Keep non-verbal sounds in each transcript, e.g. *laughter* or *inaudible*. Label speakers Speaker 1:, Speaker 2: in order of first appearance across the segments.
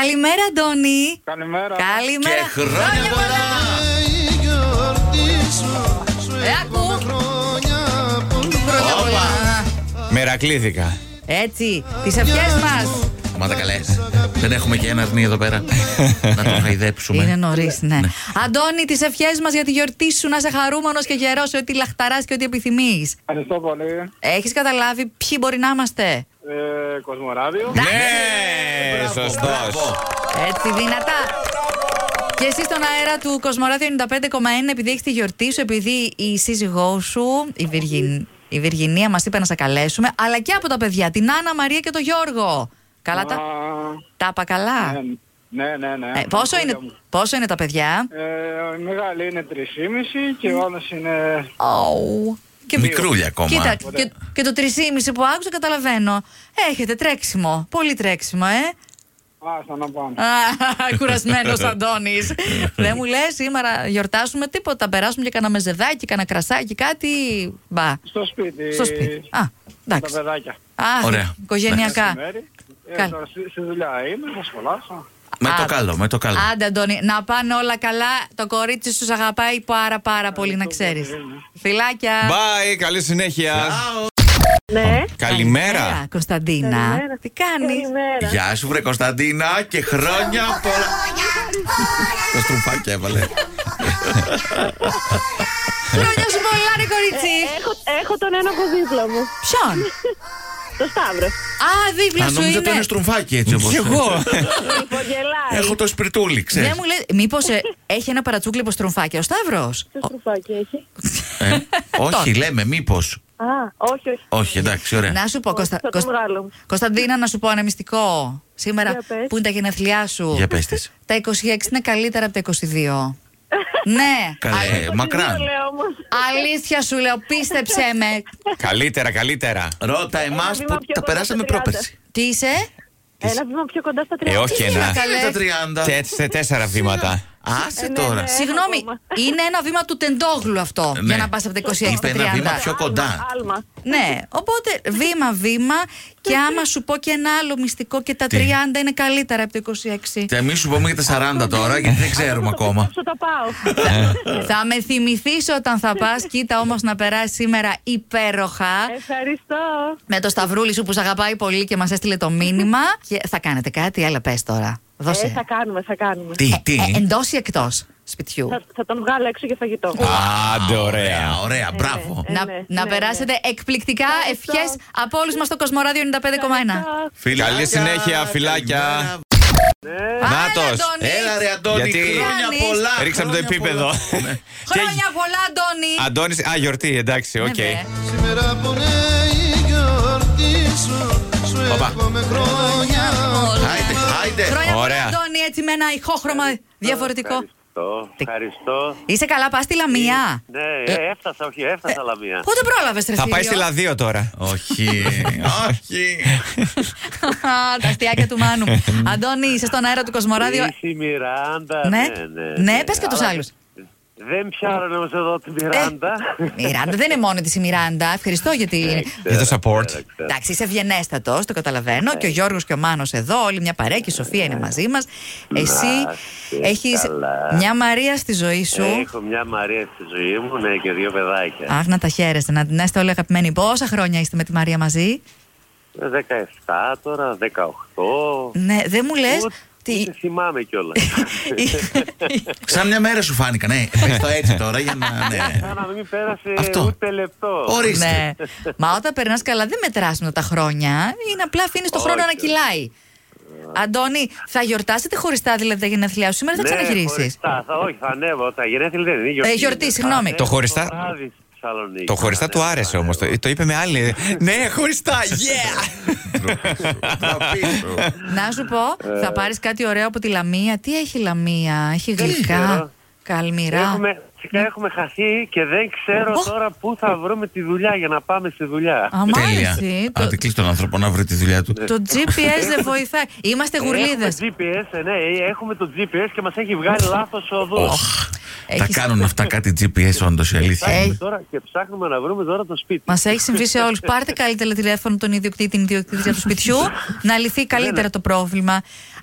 Speaker 1: Καλημέρα, Αντώνη.
Speaker 2: Καλημέρα.
Speaker 1: Καλημέρα.
Speaker 3: Και χρόνια πολλά!
Speaker 4: η γιορτή σου Σου
Speaker 1: Ε,
Speaker 4: εύχομαι
Speaker 1: ακού.
Speaker 4: χρόνια πολλά
Speaker 1: Χρόνια πολλά.
Speaker 3: Μερακλήθηκα.
Speaker 1: Έτσι, τις ευχές μας.
Speaker 3: Μα τα καλέ. Δεν έχουμε και ένα αρνί εδώ πέρα. να το χαϊδέψουμε.
Speaker 1: Είναι νωρίς, ναι. Αντώνη, τις ευχές μας για τη γιορτή σου, να είσαι χαρούμενος και γερός σε ό,τι λαχταράς και ό,τι επιθυμείς.
Speaker 2: Ευχαριστώ πολύ.
Speaker 1: Έχεις καταλάβει ποιοι μπορεί να είμαστε.
Speaker 2: Ε, Κοσμοράδιο.
Speaker 3: Ναι, σωστός.
Speaker 1: Έτσι, δυνατά. Και εσύ στον αέρα του Κοσμοράδιο 95,1 επειδή έχεις τη γιορτή σου, επειδή η σύζυγός σου, η, Βυργιν- η Βυργινία, μας είπε να σε καλέσουμε, αλλά και από τα παιδιά, την Άννα Μαρία και τον Γιώργο. Καλά τα.
Speaker 2: Α,
Speaker 1: Τα είπα καλά.
Speaker 2: ναι, Ναι, ναι, ναι.
Speaker 1: Ε, πόσο, είναι, πόσο είναι τα παιδιά?
Speaker 2: Ε, η μεγάλη είναι 3,5 και ο άλλος είναι...
Speaker 1: Ω, Και...
Speaker 3: Μικρούλια ακόμα.
Speaker 1: Κοίτα, και, και το 3,5 που άκουσα καταλαβαίνω. Έχετε τρέξιμο. Πολύ τρέξιμο, ε.
Speaker 2: Άστα να πάμε.
Speaker 3: *laughs*
Speaker 1: Κουρασμένος Αντώνης. Δεν μου λες σήμερα γιορτάσουμε τίποτα. Περάσουμε και κανένα μεζεδάκι, κανένα κρασάκι, κάτι. Μπα.
Speaker 2: Στο σπίτι.
Speaker 1: Στο σπίτι. Α,
Speaker 2: Ε, Τα
Speaker 1: εντάξει.
Speaker 2: παιδάκια.
Speaker 1: Α,
Speaker 3: Ωραία.
Speaker 1: οικογενειακά.
Speaker 2: Μέρη. Ε,
Speaker 1: Καλ-
Speaker 2: τώρα στη, στη δουλειά είμαι, θα σχολάσω.
Speaker 3: Με το
Speaker 1: Α,
Speaker 3: καλό, με το καλό.
Speaker 1: Άντε, Αντώνη, να πάνε όλα καλά. Το κορίτσι σου σ' αγαπάει πάρα πάρα πολύ, να ξέρει. Φιλάκια.
Speaker 5: Bye, καλή συνέχεια.
Speaker 6: Ναι,
Speaker 5: Καλημέρα.
Speaker 1: Κωνσταντίνα.
Speaker 6: Καλημέρα.
Speaker 1: Τι κάνεις.
Speaker 6: καλημέρα.
Speaker 3: Γεια σου, βρε Κωνσταντίνα, και χρόνια πολλά. Το
Speaker 1: *laughs*
Speaker 3: στρουμφάκι έβαλε.
Speaker 1: Χρόνια σου πολλά, ρε κορίτσι.
Speaker 6: Έχω, έχω τον ένα από δίπλα μου.
Speaker 1: Ποιον.
Speaker 6: Το Σταύρο.
Speaker 1: Α, δίπλα
Speaker 3: Αν
Speaker 1: σου
Speaker 3: νόμιζα το είναι Ε,
Speaker 1: είναι.
Speaker 3: στρουμφάκι έτσι όπως
Speaker 5: Κι εγώ.
Speaker 6: Λοιπόν, γελάει.
Speaker 3: *laughs* Έχω το σπιρτούλι,
Speaker 1: Δεν
Speaker 3: ξέρεις.
Speaker 1: Ναι, μου λε, μήπω έχει ένα παρατσούκλι από στρομφάκια. Ο Σταύρος.
Speaker 6: Τι στρουφάκι έχει.
Speaker 1: *laughs*
Speaker 3: Ε, Όχι,
Speaker 1: Τον.
Speaker 3: λέμε, μήπως.
Speaker 6: Α, όχι, όχι.
Speaker 3: Όχι, εντάξει, ωραία.
Speaker 1: Να σου πω, Κωνστα...
Speaker 6: Θα το
Speaker 1: Κωνστα-
Speaker 6: βγάλω.
Speaker 1: Κωνσταντίνα, να σου πω ένα μυστικό. Σήμερα
Speaker 6: Για πες.
Speaker 1: που είναι τα γενέθλιά σου.
Speaker 3: Για πες της.
Speaker 1: Τα 26 είναι καλύτερα από τα
Speaker 6: *laughs*
Speaker 1: 22. ναι.
Speaker 3: Καλέ, Ε, μακράν.
Speaker 6: Το λέω όμως.
Speaker 1: Αλήθεια σου λέω, πίστεψέ με.
Speaker 6: *laughs*
Speaker 5: καλύτερα, καλύτερα.
Speaker 3: Ρώτα εμάς
Speaker 6: βήμα
Speaker 3: που
Speaker 6: πιο
Speaker 3: τα
Speaker 6: κοντά
Speaker 3: περάσαμε
Speaker 6: στα 30.
Speaker 3: πρόπερση.
Speaker 1: Τι είσαι,
Speaker 6: Ένα βήμα πιο κοντά στα 30.
Speaker 5: Ε, όχι
Speaker 1: είναι
Speaker 5: ένα.
Speaker 1: καλά.
Speaker 3: Είναι τα 30.
Speaker 5: Τε- τε- τέσσερα βήματα.
Speaker 3: Άσε
Speaker 6: Ε, ναι,
Speaker 3: τώρα.
Speaker 6: ναι.
Speaker 1: Συγγνώμη,
Speaker 6: ακόμα.
Speaker 1: είναι ένα βήμα του τεντόγλου αυτό.
Speaker 3: Ναι.
Speaker 1: Για να πας από τα 26
Speaker 3: Είπε
Speaker 1: στα 30.
Speaker 3: ένα βήμα πιο κοντά.
Speaker 6: Άλμα, Άλμα.
Speaker 1: Ναι, οπότε βήμα-βήμα. και άμα σου πω και ένα άλλο μυστικό, και τα 30 είναι καλύτερα από το
Speaker 3: *laughs*
Speaker 1: 26.
Speaker 3: Και εμείς σου πούμε για τα 40 τώρα, γιατί δεν ξέρουμε ακόμα.
Speaker 6: Σου τα πάω.
Speaker 1: Θα με θυμηθείς όταν θα πας. Κοίτα όμως να περάσει σήμερα υπέροχα.
Speaker 6: Ευχαριστώ.
Speaker 1: Με το Σταυρούλη σου που σε αγαπάει πολύ και μας έστειλε το
Speaker 3: *laughs*
Speaker 1: μήνυμα. Και θα κάνετε κάτι, έλα πες τώρα.
Speaker 6: Ε, θα
Speaker 1: Δώσε.
Speaker 6: κάνουμε, θα κάνουμε.
Speaker 3: Ε, Τι, τι.
Speaker 1: Εντός ή εκτός σπιτιού.
Speaker 6: Θα, θα τον βγάλω έξω για φαγητό.
Speaker 5: Άντε,
Speaker 3: Ωραία,
Speaker 5: ωραία.
Speaker 3: ωραία, μπράβο.
Speaker 6: Ε,
Speaker 1: Να,
Speaker 6: ναι,
Speaker 1: να
Speaker 6: ναι,
Speaker 1: περάσετε εκπληκτικά
Speaker 6: Ευχαριστώ.
Speaker 1: ευχές από όλους μας στο Κοσμοράδιο 95,1.
Speaker 6: Ευχαριστώ.
Speaker 3: Φιλάκια,
Speaker 5: Καλή συνέχεια, φιλάκια.
Speaker 3: καλημέρα.
Speaker 1: Νάτος.
Speaker 5: Νάτος.
Speaker 3: Έλα ρε Αντώνη,
Speaker 5: Γιατί-
Speaker 3: χρόνια
Speaker 1: Κάνεις.
Speaker 3: πολλά.
Speaker 5: Ρίξαμε το
Speaker 3: χρόνια
Speaker 5: επίπεδο.
Speaker 3: πολλά. Ναι.
Speaker 1: Χρόνια πολλά, Αντώνη.
Speaker 5: Αντώνης, α, γιορτή, εντάξει, Ε, οκ.
Speaker 1: Ναι, ναι.
Speaker 4: Σήμερα πονέει η γιορτή σου Σου
Speaker 3: Παπα.
Speaker 4: εύχομαι χρόνια
Speaker 3: Άιντε, άιντε.
Speaker 1: Χρόνια πολλά,
Speaker 5: Ωραία.
Speaker 1: Αντώνη, έτσι με ένα ηχόχρωμα διαφορετικό.
Speaker 7: Ευχαριστώ.
Speaker 1: Ε,
Speaker 7: Ευχαριστώ.
Speaker 1: Είσαι καλά, πας στη Λαμία.
Speaker 7: Ναι, ε, ναι. έφτασα, όχι, έφτασα αλλά μία.
Speaker 1: Πότε πρόλαβες, ρε
Speaker 5: Θα πάει
Speaker 1: Θηρίο?
Speaker 5: στη Λαδίο τώρα.
Speaker 3: Όχι, όχι.
Speaker 1: Α, Τα αστιάκια του Μάνου.
Speaker 5: Ε,
Speaker 1: Αντώνη, είσαι στον αέρα του Κοσμοράδιο.
Speaker 7: Η Μιράντα.
Speaker 1: Ναι.
Speaker 7: Ναι, ναι.
Speaker 1: Ναι, πες και τους
Speaker 7: Αλλά
Speaker 1: άλλους. Ε,
Speaker 7: Δεν πιάνω όμω εδώ τη Μιράντα.
Speaker 1: Μιράντα, δεν είναι μόνο της η Μιράντα. Ευχαριστώ
Speaker 7: Ε,
Speaker 1: γιατί.
Speaker 5: Για το support.
Speaker 1: Εντάξει, είσαι ευγενέστατος, το καταλαβαίνω. Και ο Γιώργος και ο Μάνος εδώ, όλη μια παρέα και η Σοφία είναι μαζί μας. Εσύ
Speaker 7: Να είστε
Speaker 1: έχεις
Speaker 7: καλά.
Speaker 1: μια Μαρία στη ζωή σου.
Speaker 7: Ε, Έχω μια Μαρία στη ζωή μου, ναι, και δύο παιδάκια.
Speaker 1: Αχ, να τα χαίρεστε, να την είστε όλοι αγαπημένοι. Πόσα χρόνια είστε με τη Μαρία μαζί.
Speaker 7: 17 τώρα, 18.
Speaker 1: Ναι, δεν μου λες.
Speaker 7: Ούτε- ούτε θυμάμαι
Speaker 1: *laughs*
Speaker 7: κιόλας.
Speaker 3: Σαν μια μέρα σου φάνηκα,
Speaker 5: *laughs*
Speaker 3: ναι. Πες το έτσι τώρα για να... ναι.
Speaker 7: Σαν να μην πέρασε
Speaker 3: Αυτό.
Speaker 7: ούτε λεπτό.
Speaker 3: Ορίστε.
Speaker 1: ναι. Μα όταν περνάς καλά, δεν μετράς με τα χρόνια. Είναι απλά αφήνεις το χρόνο
Speaker 7: Όχι.
Speaker 1: να κυλάει. Αντώνη, θα γιορτάσετε χωριστά δηλαδή τα γενέθλιά σου σήμερα, ή θα ξαναγυρίσει.
Speaker 7: Ναι, χωριστά, θα, όχι, θα ανέβω. Τα γενέθλια δεν είναι. η Γιορτή,
Speaker 1: Ε, γιορτή,
Speaker 7: Θα
Speaker 1: συγγνώμη.
Speaker 7: ανέβω
Speaker 5: Το χωριστά-
Speaker 7: βράδυ στη Θεσσαλονίκη. Ναι.
Speaker 5: Το χωριστά
Speaker 7: Θα
Speaker 5: του
Speaker 7: ανέβω,
Speaker 5: άρεσε
Speaker 7: θα
Speaker 5: όμω.
Speaker 7: ανέβω.
Speaker 5: Το, το είπε με άλλη. ναι, χωριστά, yeah!
Speaker 1: Να σου πω,
Speaker 7: Ε.
Speaker 1: θα πάρεις κάτι ωραίο από τη Λαμία. Τι έχει η Λαμία, έχει
Speaker 7: ξέρω.
Speaker 1: γλυκά, καλμυρά.
Speaker 7: Έχουμε, φυσικά έχουμε χαθεί και δεν ξέρω
Speaker 1: Οχ.
Speaker 7: τώρα πού θα βρούμε τη δουλειά για να πάμε στη δουλειά.
Speaker 3: Τέλεια.
Speaker 1: Αμάρεση. Το,
Speaker 3: Άντε κλείσει τον άνθρωπο να βρει τη δουλειά του.
Speaker 1: το GPS δεν βοηθάει. Είμαστε γουρλίδε.
Speaker 7: Έχουμε GPS, ε, ναι, ε, έχουμε το GPS και μας έχει βγάλει λάθος οδό.
Speaker 3: Τα κάνουν αυτά κάτι GPS, όντως η αλήθεια.
Speaker 1: Ε,
Speaker 3: είναι.
Speaker 7: Τώρα και ψάχνουμε να βρούμε τώρα το σπίτι.
Speaker 1: Μας έχει συμβεί σε όλους. Πάρτε καλύτερα τηλέφωνο τον ιδιοκτήτη, την ιδιοκτήτρια του
Speaker 7: *laughs*
Speaker 1: σπιτιού, να λυθεί
Speaker 7: Ναι,
Speaker 1: καλύτερα το πρόβλημα.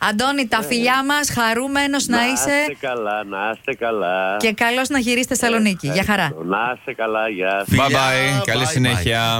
Speaker 1: Αντώνη, τα φιλιά μας, χαρούμενος να
Speaker 7: είστε
Speaker 1: είσαι
Speaker 7: καλά, να είστε καλά.
Speaker 1: και καλώς να γυρίσει στη Θεσσαλονίκη. Γεια χαρά.
Speaker 7: Να είστε καλά, γεια σας.
Speaker 5: Bye
Speaker 3: Φιλιά,
Speaker 5: bye. Καλή
Speaker 3: bye, bye.
Speaker 5: συνέχεια.